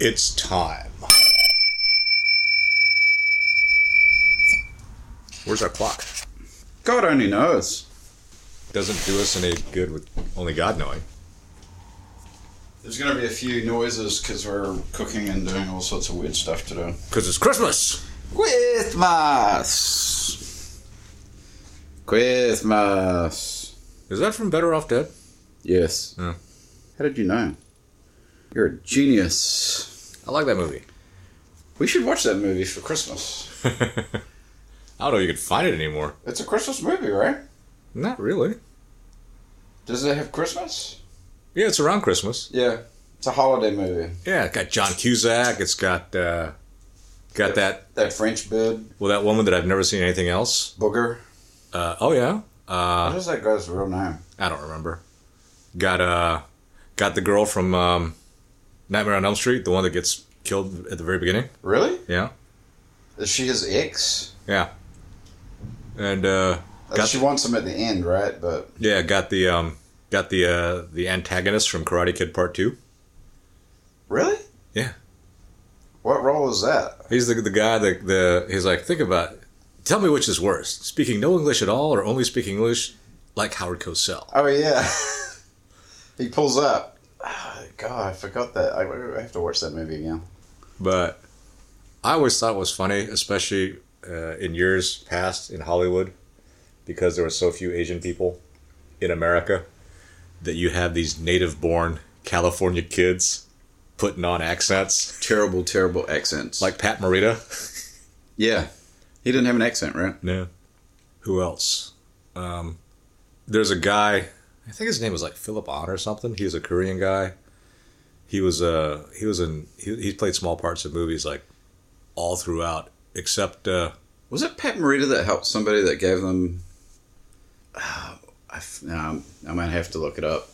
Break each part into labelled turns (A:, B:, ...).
A: It's time. Where's our clock?
B: God only knows.
A: Doesn't do us any good with only God knowing.
B: There's going to be a few noises because we're cooking and doing all sorts of weird stuff today.
A: Because it's Christmas!
B: Christmas! Christmas!
A: Is that from Better Off Dead?
B: Yes.
A: Yeah.
B: How did you know? You're a genius.
A: I like that movie.
B: We should watch that movie for Christmas.
A: I don't know if you can find it anymore.
B: It's a Christmas movie, right?
A: Not really.
B: Does it have Christmas?
A: Yeah, it's around Christmas.
B: Yeah. It's a holiday movie.
A: Yeah, it's got John Cusack. It's got uh, got that
B: That French bird,
A: well that woman that I've never seen anything else.
B: Booger.
A: Uh, oh yeah, uh,
B: What is that guy's real name?
A: I don't remember. Got uh, got the girl from um, Nightmare on Elm Street, the one that gets killed at the very beginning.
B: Really?
A: Yeah,
B: Is she his ex?
A: yeah. And uh, got
B: she wants him at the end, right? But
A: yeah, got the um, got the uh, the antagonist from Karate Kid Part Two.
B: really,
A: Yeah,
B: what role is that?
A: he's the the guy that the he's like think about. Tell me which is worse: speaking no English at all, or only speaking English like Howard Cosell.
B: Oh yeah, he pulls up. Oh, God, I forgot that. I, I have to watch that movie again.
A: but I always thought it was funny, especially uh, in years past in Hollywood, because there were so few Asian people in America that you have these native-born California kids putting on accents,
B: Terrible, terrible accents.
A: like Pat Morita.
B: yeah, he didn't have an accent, right?
A: No. Who else? Um, there's a guy. I think his name was like Philip On or something. He was a Korean guy. He was uh he was in he, he played small parts in movies like all throughout except uh
B: Was it Pat Morita that helped somebody that gave them? Uh, I, f- no, I'm- I might have to look it up.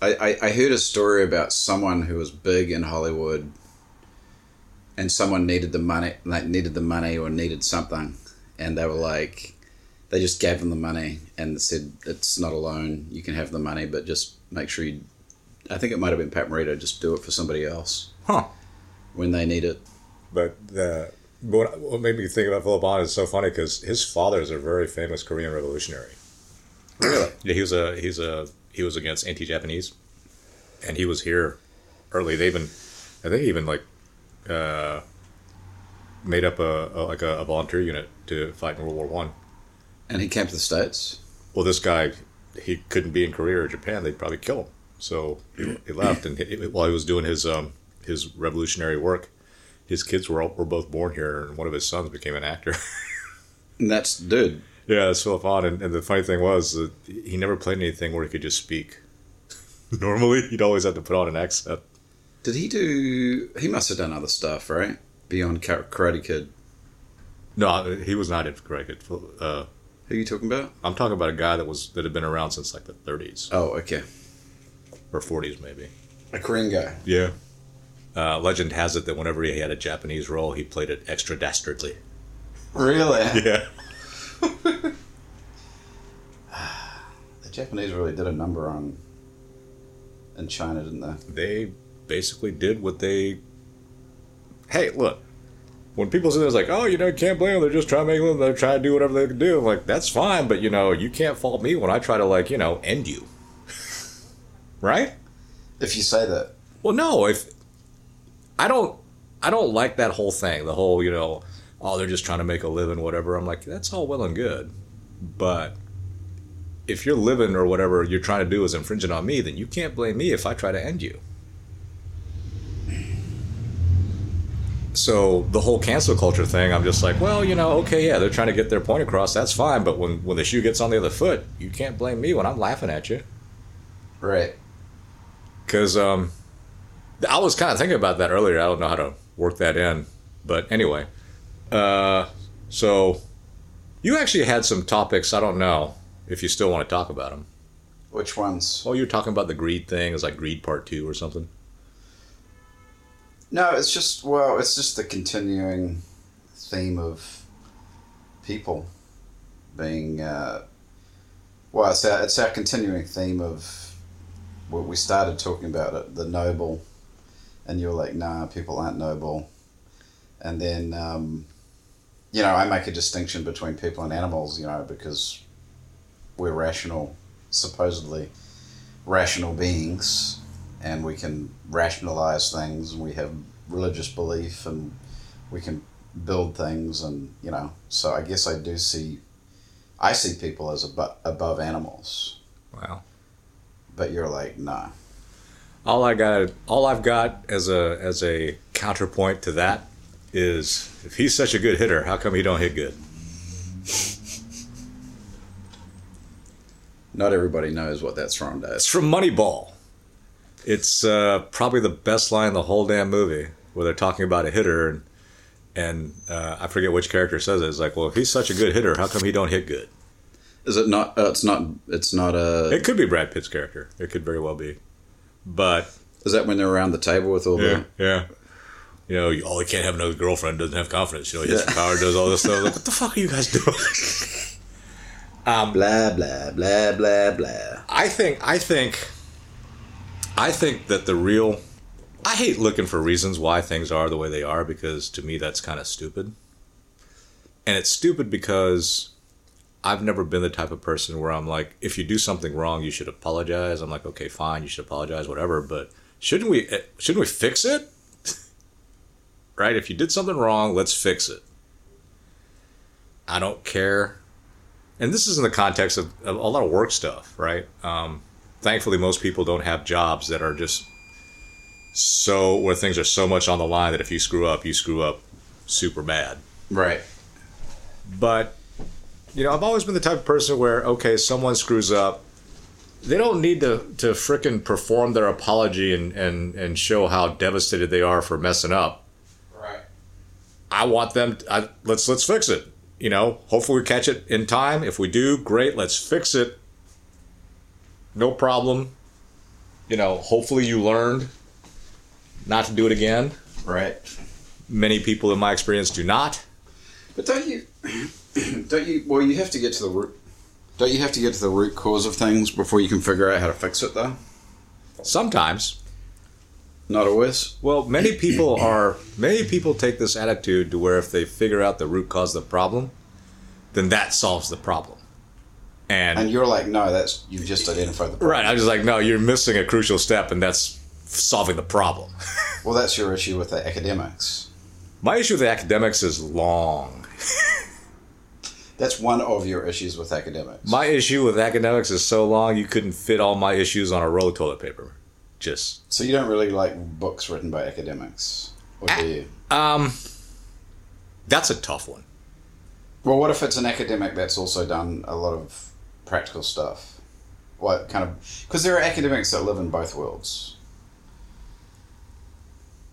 B: I, I, I heard a story about someone who was big in Hollywood, and someone needed the money, like needed the money or needed something, and they were like, they just gave them the money and said it's not a loan. You can have the money, but just make sure you. I think it might have been Pat Morita. Just do it for somebody else
A: huh
B: when they need it.
A: But uh, what, what made me think about Philip Bond is so funny because his father is a very famous Korean revolutionary. Really? yeah, he was a he's a he was against anti-Japanese, and he was here early. They even I think he even like uh, made up a, a like a, a volunteer unit to fight in World War One.
B: And he came to the states.
A: Well, this guy he couldn't be in Korea or Japan; they'd probably kill him. So he, he left, and he, while he was doing his um, his revolutionary work, his kids were all, were both born here, and one of his sons became an actor.
B: And that's dude.
A: Yeah, that's Philip Hahn. And, and the funny thing was that he never played anything where he could just speak. Normally, he'd always have to put on an accent.
B: Did he do? He must have done other stuff, right? Beyond Ka- Karate Kid.
A: No, he was not corrected. Uh,
B: Who are you talking about?
A: I'm talking about a guy that was that had been around since like the 30s
B: Oh, okay.
A: or 40s, maybe.
B: A Korean guy.
A: Yeah. Uh, legend has it that whenever he had a Japanese role, he played it extra dastardly.
B: Really?
A: Yeah.
B: The Japanese really did a number on in China, didn't they?
A: they basically did what they. Hey, look. When people say this, like, oh, you know, you can't blame them. They're just trying to make them. They're trying to do whatever they can do. I'm like, that's fine, but you know, you can't fault me when I try to like, you know, end you. right?
B: If you say that.
A: Well, no. If I don't, I don't like that whole thing. The whole, you know, oh, they're just trying to make a living, whatever. I'm like, that's all well and good, but if you're living or whatever you're trying to do is infringing on me, then you can't blame me if I try to end you. So the whole cancel culture thing, I'm just like, well, you know, okay, yeah, they're trying to get their point across. That's fine, but when when the shoe gets on the other foot, you can't blame me when I'm laughing at you.
B: Right.
A: Because um, I was kind of thinking about that earlier. I don't know how to work that in. But anyway, uh, so you actually had some topics. I don't know if you still want to talk about them.
B: Which ones?
A: Oh, you were talking about the greed thing. It's like greed part two or something.
B: No, it's just well, it's just the continuing theme of people being uh, well it's our, it's our continuing theme of what we started talking about it the noble and you were like nah people aren't noble and then um, you know i make a distinction between people and animals you know because we're rational supposedly rational beings and we can rationalize things and we have religious belief and we can build things and you know so i guess i do see i see people as abo- above animals
A: Wow.
B: but you're like nah
A: All I got, all I've got as a as a counterpoint to that is, if he's such a good hitter, how come he don't hit good?
B: not everybody knows what that's from
A: It's
B: does
A: from Moneyball. It's uh, probably the best line in the whole damn movie where they're talking about a hitter and and uh, I forget which character says it. It's like, well, if he's such a good hitter, how come he don't hit good?
B: is it not uh, it's not it's not a
A: It could be Brad Pitt's character. It could very well be, but
B: is that when they're around the table with all
A: Yeah, yeah. You know, you, oh, he can't have another girlfriend. Doesn't have confidence. You know, he has power. Does all this stuff. Like, what the fuck are you guys doing?
B: the blah blah blah blah blah
A: I think. I think. I think that the real. I hate looking for reasons why things are the way they are because to me that's kind of stupid. And it's stupid because I've never been the type of person where I'm like, if you do something wrong, you should apologize. I'm like, okay, fine, you should apologize, whatever. But shouldn't we? eh, Shouldn't we fix it? right? If you did something wrong, let's fix it. I don't care. And this is in the context of, of a lot of work stuff, right? Um, thankfully, most people don't have jobs that are just so where things are so much on the line that if you screw up, you screw up super bad.
B: right
A: But you know, I've always been the type of person where okay, someone screws up, they don't need to to frickin' perform their apology and and and show how devastated they are for messing up.
B: right
A: I want them. I, let's let's fix it. You know, hopefully we catch it in time. If we do, great. Let's fix it. No problem. You know, hopefully you learned not to do it again.
B: right
A: Many people in my experience do not.
B: But don't you, don't you? Well, you have to get to the root. Don't you have to get to the root cause of things before you can figure out how to fix it, though?
A: Sometimes
B: Not always.
A: Well, many people are many people take this attitude to where if they figure out the root cause of the problem, then that solves the problem. And,
B: And you're like, no, that's you've just identified the problem.
A: right, I'm just like, no, you're missing a crucial step, and that's solving the problem.
B: Well, that's your issue with the academics.
A: My issue with academics is long.
B: That's one of your issues with academics.
A: My issue with academics is so long you couldn't fit all my issues on a roll of toilet paper. Just
B: so you don't really like books written by academics, or do you?
A: um, that's a tough one.
B: Well, what if it's an academic that's also done a lot of practical stuff? What kind of? Because there are academics that live in both worlds,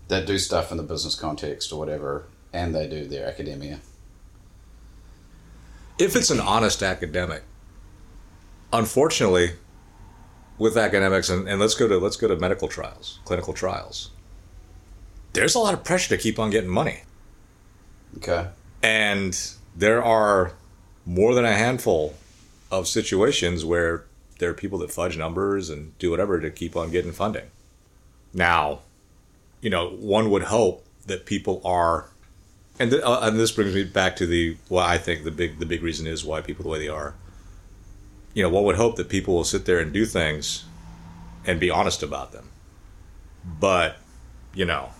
B: that do stuff in the business context or whatever, and they do their academia.
A: if it's an honest academic, unfortunately, with academics, and, and let's go to let's go to medical trials, clinical trials. There's a lot of pressure to keep on getting money,
B: Okay,
A: and there are more than a handful of situations where there are people that fudge numbers and do whatever to keep on getting funding. Now, you know, one would hope that people are, and th- uh, and this brings me back to the why I think the big the big reason is why people the way they are. You know, one would hope that people will sit there and do things, and be honest about them. But, you know,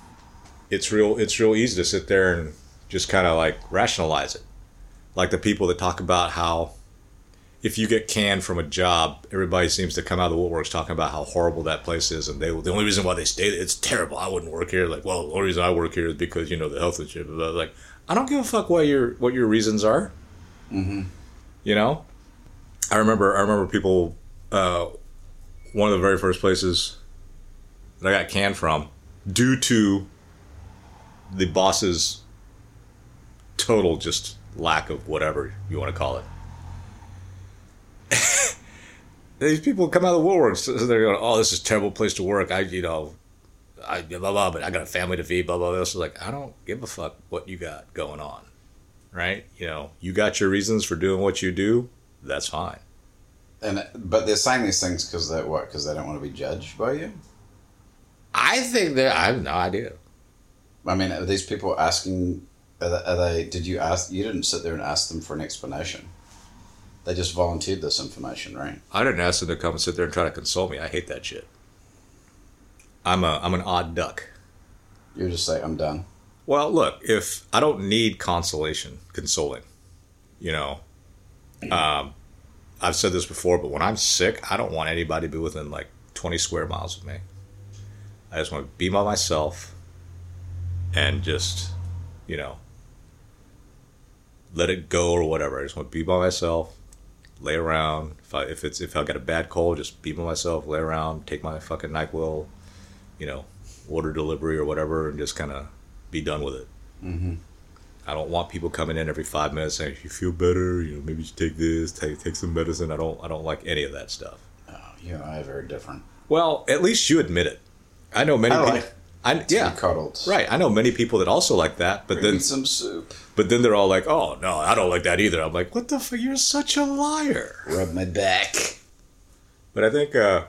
A: it's real it's real easy to sit there and just kind of like rationalize it, like the people that talk about how. If you get canned from a job, everybody seems to come out of the woodworks talking about how horrible that place is, and they the only reason why they stay it's terrible. I wouldn't work here. Like, well, the only reason I work here is because you know the health insurance. Blah, blah, blah. Like, I don't give a fuck what your what your reasons are. Mm-hmm. You know, I remember I remember people. Uh, one of the very first places that I got canned from, due to the boss's total just lack of whatever you want to call it. These people come out of the woodworks. So they're going, "Oh, this is a terrible place to work." I, you know, I blah blah, but I got a family to feed. Blah blah. This is like, I don't give a fuck what you got going on. right? You know, you got your reasons for doing what you do. That's fine.
B: And but they're saying these things because they what? Because they don't want to be judged by you.
A: I think that I have no idea.
B: I mean, are these people asking? Are they, are they? Did you ask? You didn't sit there and ask them for an explanation. They just volunteered this information, right?
A: I didn't ask them to come and sit there and try to console me. I hate that shit. I'm a I'm an odd duck.
B: You just say, "I'm done."
A: Well, look, if I don't need consolation, consoling, you know, um, I've said this before, but when I'm sick, I don't want anybody to be within like 20 square miles of me. I just want to be by myself and just, you know, let it go or whatever. I just want to be by myself, lay around. If I if it's if I got a bad cold, just be by myself, lay around, take my fucking Nyquil, you know, order delivery or whatever, and just kind of be done with it.
B: Mm-hmm.
A: I don't want people coming in every five minutes saying you feel better. You know, maybe you should take this, take take some medicine. I don't I don't like any of that stuff.
B: Oh, you and I are very different.
A: Well, at least you admit it. I know many.
B: I
A: people,
B: like
A: I,
B: To be
A: yeah,
B: cuddled.
A: right. I know many people that also like that, but
B: Bring me
A: then
B: some soup.
A: but then they're all like, "Oh no, I don't like that either." I'm like, "What the fuck? You're such a liar."
B: Rub my back.
A: But I think uh,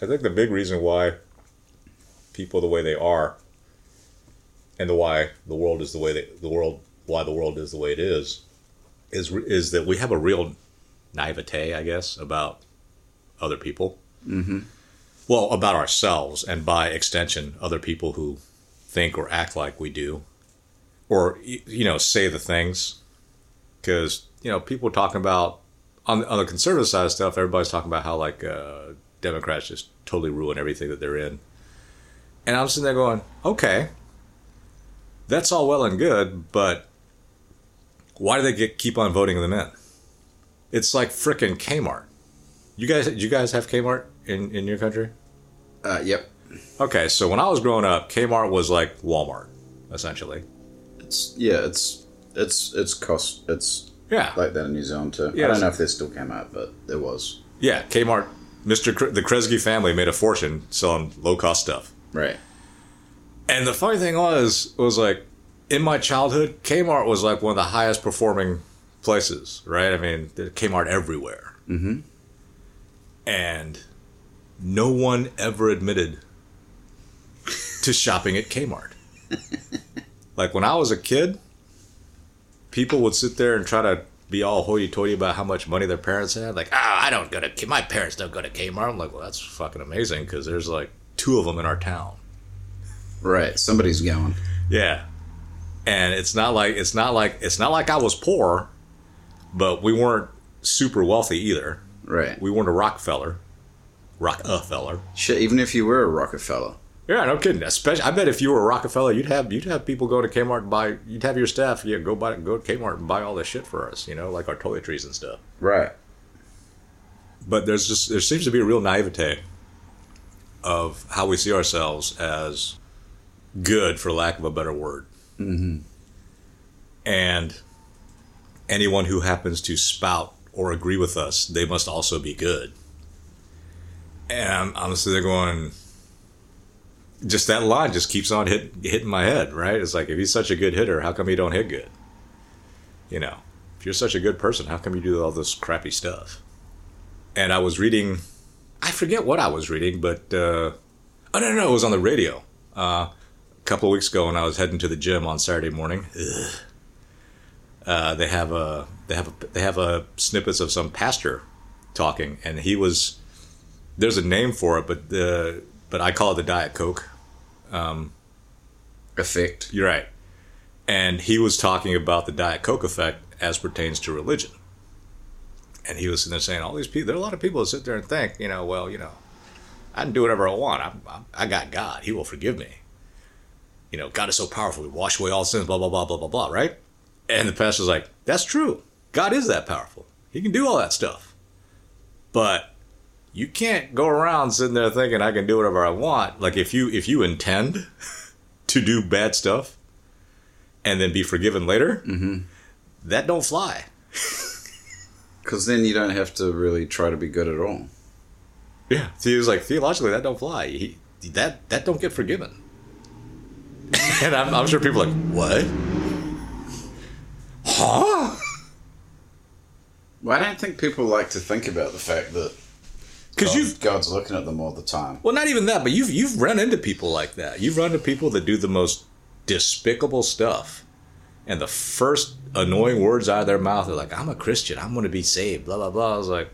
A: I think the big reason why people the way they are, and the why the world is the way that the world why the world is the way it is, is is that we have a real naivete, I guess, about other people. Mm-hmm. Well, about ourselves, and by extension, other people who think or act like we do, or y- you know, say the things, because you know, people talking about on on the conservative side of stuff, everybody's talking about how like uh, Democrats just totally ruin everything that they're in, and I'm sitting there going, okay, that's all well and good, but why do they get keep on voting them in? It's like frickin' Kmart. You guys, you guys have Kmart in in your country?
B: Uh, yep.
A: Okay, so when I was growing up, Kmart was like Walmart, essentially.
B: It's yeah. It's it's it's cost. It's
A: Yeah,
B: like that in New Zealand too.
A: Yeah,
B: I don't
A: it's-
B: know if this still came out, but it was
A: yeah. Kmart, Mr. Kr- the Kresge family made a fortune selling low cost stuff.
B: right.
A: And the funny thing was, was like in my childhood, Kmart was like one of the highest performing places, right? I mean, there Kmart everywhere. Mm-hmm. And no one ever admitted to shopping at Kmart. like when I was a kid, people would sit there and try to be all hoity-toity about how much money their parents had. Like, ah, I don't go to K- my parents don't go to Kmart. I'm like, well, that's fucking amazing because there's like two of them in our town.
B: Right. Somebody's going.
A: Yeah. And it's not like it's not like it's not like I was poor, but we weren't super wealthy either.
B: Right.
A: We weren't a Rockefeller, Rockefeller.
B: Shit. Even if you were a Rockefeller,
A: Yeah, no kidding. Especially, I bet if you were a Rockefeller, you'd have you'd have people go to Kmart and buy. You'd have your staff, yeah, go buy go to Kmart and buy all this shit for us. You know, like our toiletries and stuff.
B: right?
A: but there's just there seems to be a real naivete of how we see ourselves as good for lack of a better word mm-hmm. and anyone who happens to spout or agree with us they must also be good and i'm, I'm sitting there going just that line just keeps on hit, hitting my head right it's like if he's such a good hitter how come he don't hit good you know if you're such a good person how come you do all this crappy stuff and I was reading, I forget what I was reading, but uh, oh no, no, no, it was on the radio uh, a couple of weeks ago when I was heading to the gym on Saturday morning. Ugh. Uh, they have a they have a, they have a snippets of some pastor talking, and he was there's a name for it, but the but I call it the Diet Coke.
B: Effect.
A: You're right, and he was talking about the Diet Coke effect as pertains to religion. and he was sitting there saying all these people there are a lot of people that sit there and think you know well you know i can do whatever i want i, I, I got god he will forgive me you know god is so powerful he wash away all sins blah blah blah blah blah blah right and the pastor's like that's true god is that powerful he can do all that stuff but you can't go around sitting there thinking i can do whatever i want like if you if you intend to do bad stuff and then be forgiven later that don't fly
B: Because then you don't have to really try to be good at all.
A: Yeah. So he was like, theologically, that don't fly. He, that that don't get forgiven. and I'm, I'm sure people are like, what? Huh?
B: Well, I don't think people like to think about the fact that
A: Because
B: God-
A: you've
B: God's looking at them all the time.
A: Well, not even that, but you've you've run into people like that. You've run into people that do the most despicable stuff, and the first annoying words out of their mouth are like, "I'm a Christian. I'm going to be saved." Blah blah blah. I was like,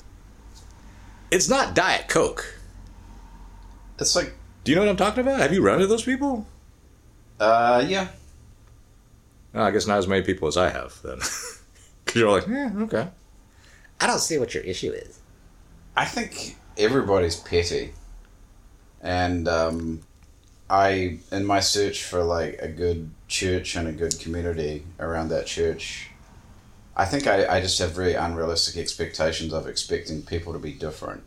A: "It's not Diet Coke."
B: It's like,
A: Do you know what I'm talking about? Have you run into those people?
B: uh, yeah,
A: No, Ah, I guess not as many people as I have then. 'Cause you're like, yeah, okay. I don't see what your issue is.
B: I think everybody's petty, and um, I, in my search for like a good church and a good community around that church, I think I, I just have very unrealistic expectations of expecting people to be different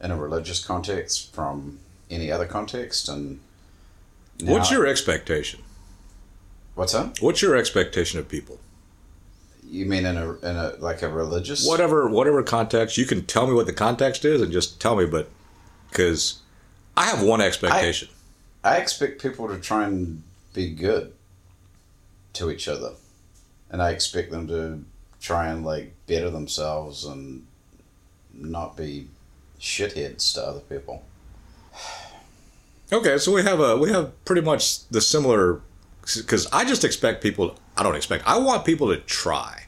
B: in a religious context from any other context. And now-
A: What's your expectation?
B: what's that?
A: What's your expectation of people?
B: You mean in a in a like a religious?
A: whatever whatever context you can tell me what the context is and just tell me but because i have one expectation
B: I expect people to try and be good to each other, and I expect them to try and like better themselves and not be shitheads to other people.
A: okay so we have a we have pretty much the similar because i just expect people i don't expect i want people to try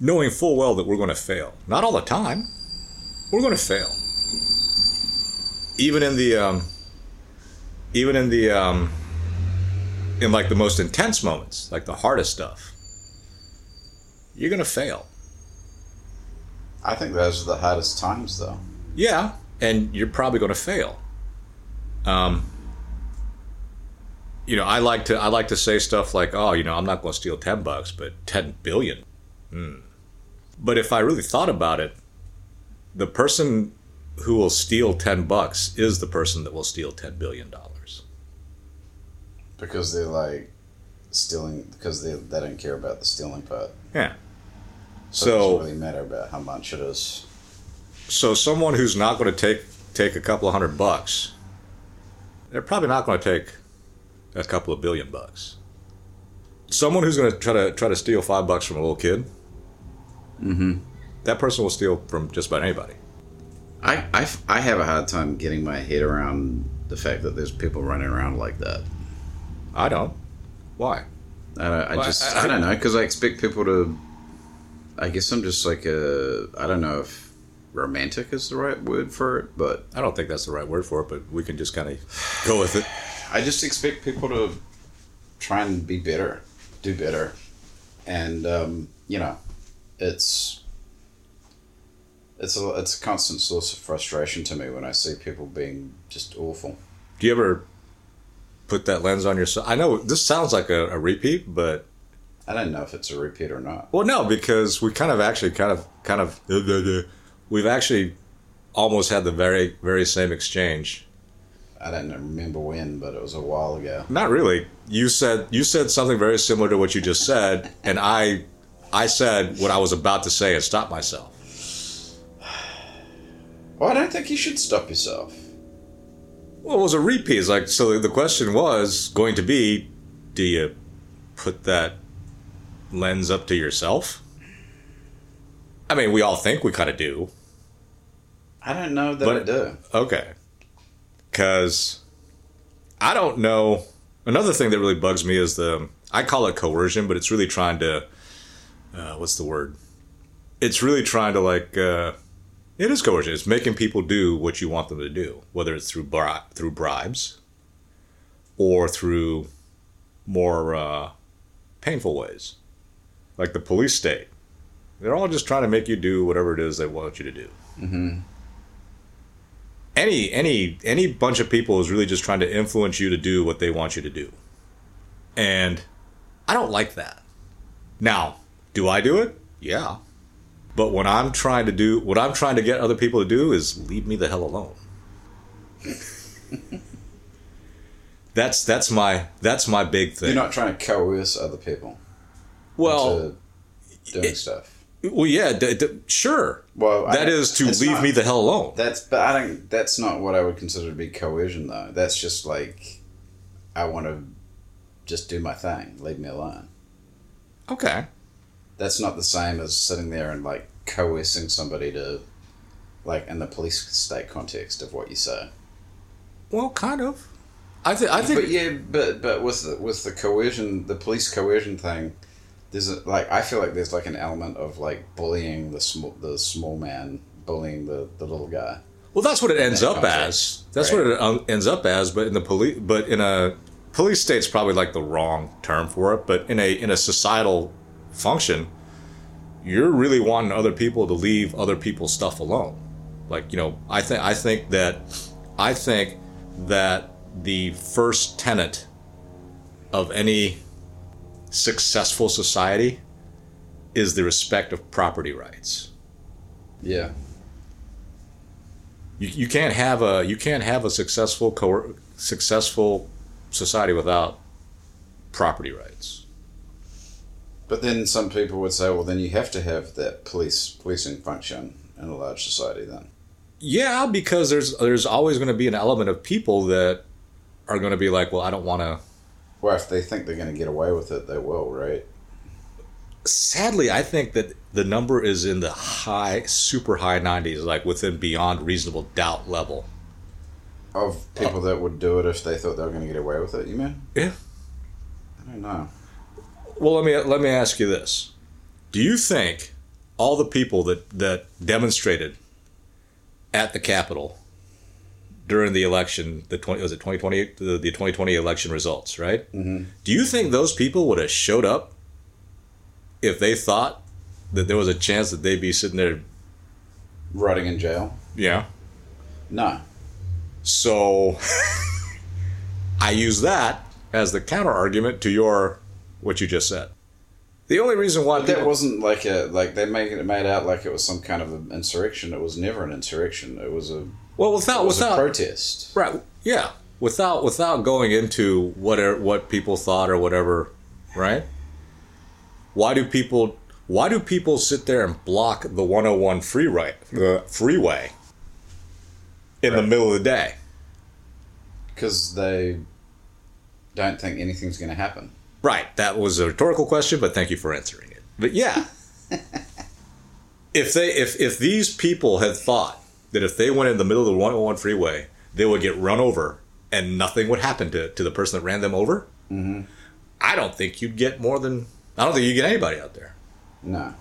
A: knowing full well that we're going to fail not all the time we're going to fail even in the um even in the um in like the most intense moments like the hardest stuff you're going to fail
B: I think those are the hardest times, though.
A: Yeah, and you're probably going to fail. Um, you know, I like to I like to say stuff like, "Oh, you know, I'm not going to steal ten bucks, but ten billion. Hmm. But if I really thought about it, the person who will steal ten bucks is the person that will steal ten billion dollars.
B: Because they're like stealing, because they, they don't care about the stealing part.
A: Yeah.
B: So, it
A: So-
B: doesn't really matter about how much it is.
A: So someone who's not going to take take a couple of hundred bucks, they're probably not going to take a couple of billion bucks. Someone who's going to try to try to steal five bucks from a little kid, mm-hmm. that person will steal from just about anybody.
B: I, I, I have a hard time getting my head around the fact that there's people running around like that.
A: I don't. Why?
B: I, don't, I
A: Well,
B: just
A: I-
B: I, don't know because I expect people to. I guess I'm just like a I don't know if romantic is the right word for it, but
A: I don't think that's the right word for it, but we can just kind of go with it.
B: I just expect people to try and be better, do better, and um, you know, it's it's a it's a constant source of frustration to me when I see people being just awful.
A: Do you ever put that lens on yourself? I know this sounds like a, a repeat, but
B: I don't know if it's a repeat or not.
A: Well, no, because we kind of actually kind of kind of we've actually almost had the very very same exchange.
B: I don't remember when, but it was a while ago.
A: Not really. You said you said something very similar to what you just said, and I I said what I was about to say and stopped myself.
B: Well, I don't think you should stop yourself.
A: Well, it was a repeat. It's like so the question was going to be, do you put that lens up to yourself? I mean, we all think we kind of do.
B: I don't know that
A: But-
B: I do.
A: Okay. Because I don't know. Another thing that really bugs me is the I call it coercion, but it's really trying to. Uh, what's the word? It's really trying to like. Uh, it is coercion. It's making people do what you want them to do, whether it's through bri- through bribes, or through more uh, painful ways, like the police state. They're all just trying to make you do whatever it is they want you to do any any any bunch of people is really just trying to influence you to do what they want you to do and i don't like that now do i do it yeah but when i'm trying to do what i'm trying to get other people to do is leave me the hell alone that's that's my that's my big thing
B: You're not trying to coerce other people
A: well
B: into doing stuff.
A: well yeah d- d- sure
B: Well, I-
A: that is to
B: it's
A: leave
B: not-
A: me the hell alone
B: That's but I don't. That's not what I would consider to be coercion, though. That's just like I want to just do my thing. Leave me alone.
A: Okay.
B: That's not the same as sitting there and like coercing somebody to, like, in the police state context of what you say.
A: Well, kind of. I think. I think.
B: But yeah, but but with the, with the coercion, the police coercion thing, there's a, like I feel like there's like an element of like bullying the small the small man, bullying the the little guy.
A: Well, that's what it ends
B: that
A: up
B: context,
A: as. That's
B: right.
A: what it um, ends up as. But in the police, but in a police state's probably like the wrong term for it. But in a in a societal function, you're really wanting other people to leave other people's stuff alone. Like you know, I think I think that I think that the first tenet of any successful society is the respect of property rights.
B: Yeah.
A: you, you can't have a you can't have a successful co- successful society without property rights.
B: But then some people would say, well, then you have to have that police policing function in a large society. Then
A: Yeah, because there's there's always going to be an element of people that are going to be like, well, I don't want to.
B: Well, if they think they're going to get away with it, they will, right?
A: Sadly, I think that the number is in the high, super high 90s, like within beyond reasonable doubt level.
B: Of people that would do it if they thought they were going to get away with it, you mean?
A: Yeah.
B: I don't know.
A: Well, let me let me ask you this: Do you think all the people that that demonstrated at the Capitol during the election, the twenty was it twenty twenty the, the twenty twenty election results, right? Mm-hmm. Do you think those people would have showed up if they thought that there was a chance that they'd be sitting there?
B: Rotting in jail?
A: Yeah.
B: No.
A: So I use that as the counter argument to your what you just said. The only reason why
B: But that
A: people-
B: wasn't like a like they make it made out like it was some kind of an insurrection. It was never an insurrection. It was a it
A: well without
B: was a
A: without
B: protest.
A: Right. Yeah. Without without going into what are, what people thought or whatever, right? Why do people why do people sit there and block the 101 free right, the freeway in the middle of the day?
B: Because they don't think anything's going to happen.
A: Right. That was a rhetorical question, but thank you for answering it. But yeah. if they if if these people had thought that if they went in the middle of the 101 freeway, they would get run over and nothing would happen to, to the person that ran them over, I don't think you'd get more than I don't think you'd get anybody out there.
B: No.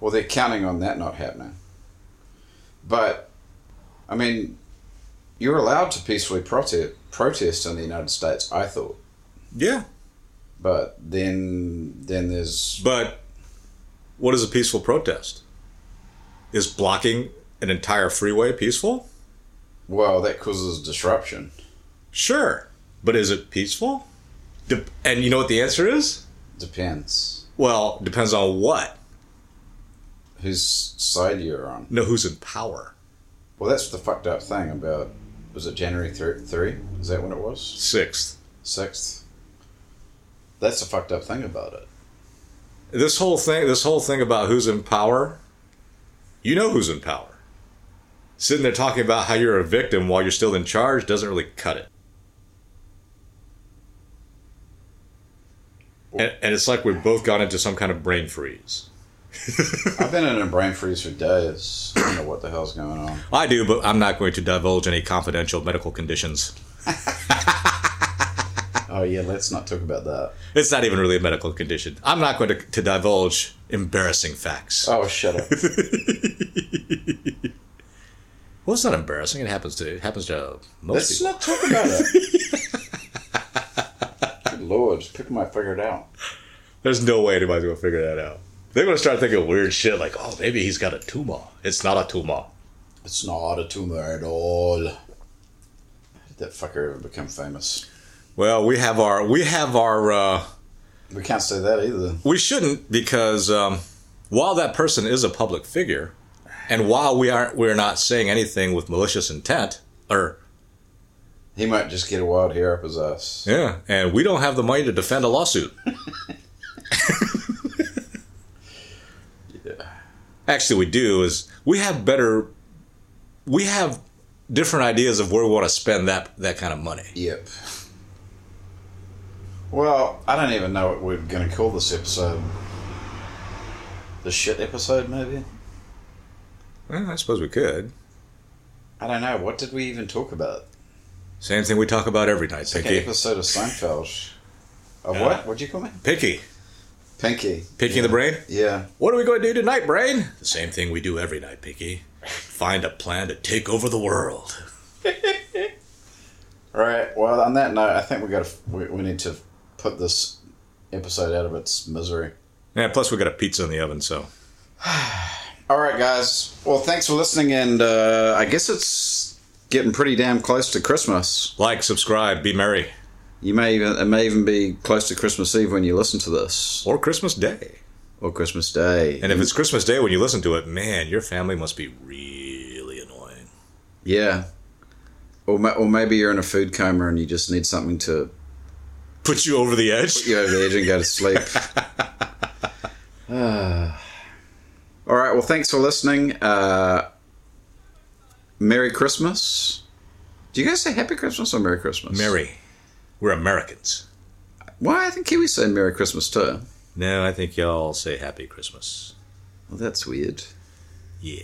B: Well, they're counting on that not happening. But, I mean, you're allowed to peacefully protest protest in the United States. I thought,
A: Yeah.
B: but then then there's
A: But what is a peaceful protest? Is blocking an entire freeway peaceful?
B: well that causes disruption.
A: Sure. But is it peaceful? De- and you know what the answer is?
B: Depends
A: Well, depends on what.
B: whose side you're on.
A: know who's in power.
B: Well, that's the fucked up thing about was it January thir- three? Is that when it was
A: Sixth.
B: sixth? That's the fucked up thing about it.
A: This whole thing, this whole thing about who's in power, you know who's in power. Sitting there talking about how you're a victim while you're still in charge doesn't really cut it. And, and it's like we've both gone into some kind of brain freeze.
B: I've been in a brain freeze for days. I don't know what the hell's going on.
A: I do, but I'm not going to divulge any confidential medical conditions.
B: Oh yeah, let's not talk about that.
A: It's not even really a medical condition. I'm not going to, to divulge embarrassing facts.
B: Oh, shut up.
A: Well, it's not embarrassing. It happens to it happens to most
B: Let's
A: people.
B: not talk about it. Good lord, people might figure it out.
A: There's no way anybody's gonna figure that out. They're gonna start thinking weird shit like, oh, maybe he's got a tumor. It's not a tumor.
B: It's not a tumor at all. How did that fucker ever become famous?
A: Well, we have our we have our uh,
B: We can't say that either.
A: we shouldn't because um, while that person is a public figure, and while we aren't we're not saying anything with malicious intent, or
B: He might just get a wild hair up his ass.
A: yeah, and we don't have the money to defend a lawsuit. Actually, we do is we have better, we have different ideas of where we want to spend that that kind of money.
B: Yep. Well, I don't even know what we're going to call this episode. The shit episode, maybe?
A: Well, I suppose we could.
B: I don't know. What did we even talk about?
A: Same thing we talk about every night,
B: It's like an
A: Pinky.
B: episode of Seinfeld. Of
A: Yeah.
B: what? What'd you call me?
A: Pinky.
B: Pinky.
A: Pinky in the brain?
B: Yeah.
A: What are we going to do tonight, brain? The same thing we do every night, Pinky. Find a plan to take over the world.
B: All right. Well, on that note, I think we got to we, we need to put this episode out of its misery.
A: Yeah, plus we got a pizza in the oven, so.
B: All right, guys. Well, thanks for listening, and uh, I guess it's getting pretty damn close to Christmas.
A: Like, subscribe, be merry.
B: You may even it may even be close to Christmas Eve when you listen to this,
A: Or Christmas Day.
B: or Christmas Day.
A: And if it's Christmas Day when you listen to it, man, your family must be really annoying.
B: yeah, or ma- or maybe you're in a food coma and you just need something to
A: Put you over the edge.
B: you over the edge and go to sleep. Ah. all right. Well, thanks for listening. Uh, Merry Christmas. Do you guys say Happy Christmas or Merry Christmas?
A: Merry. We're Americans.
B: Why? I think Kiwis say Merry Christmas too.
A: No, I think y'all say Happy Christmas.
B: Well, that's weird.
A: Yeah.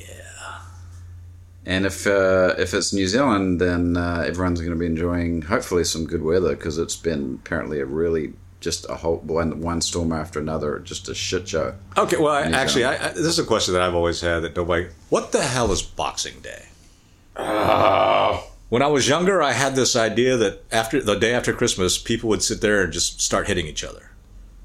B: And if uh, if it's New Zealand, then uh, everyone's going to be enjoying hopefully some good weather because it's been apparently a really just a whole one, one storm after another, just a shit show.
A: Okay, well, I,
B: Yeah.
A: actually, I, I, this is a question that I've always had that nobody. What the hell is Boxing Day? When I was younger, I had this idea that after the day after Christmas, people would sit there and just start hitting each other.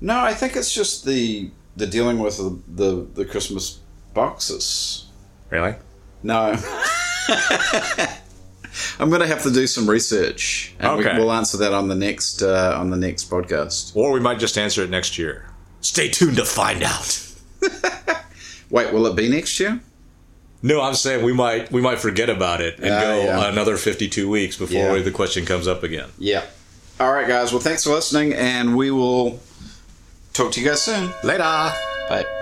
B: No, I think it's just the the dealing with the the, the Christmas boxes.
A: Really?
B: No. I'm going to have to do some research, and
A: Okay.
B: we, we'll answer that on the next uh, on the next podcast.
A: Or we might just answer it next year. Stay tuned to find out.
B: Wait, will it be next year?
A: No, I'm saying we might we might forget about it and
B: Ah,
A: go
B: yeah.
A: another 52 weeks before
B: Yeah.
A: the question comes up again.
B: Yeah. All right, guys. Well, thanks for listening, and we will talk to you guys soon.
A: Later.
B: Bye.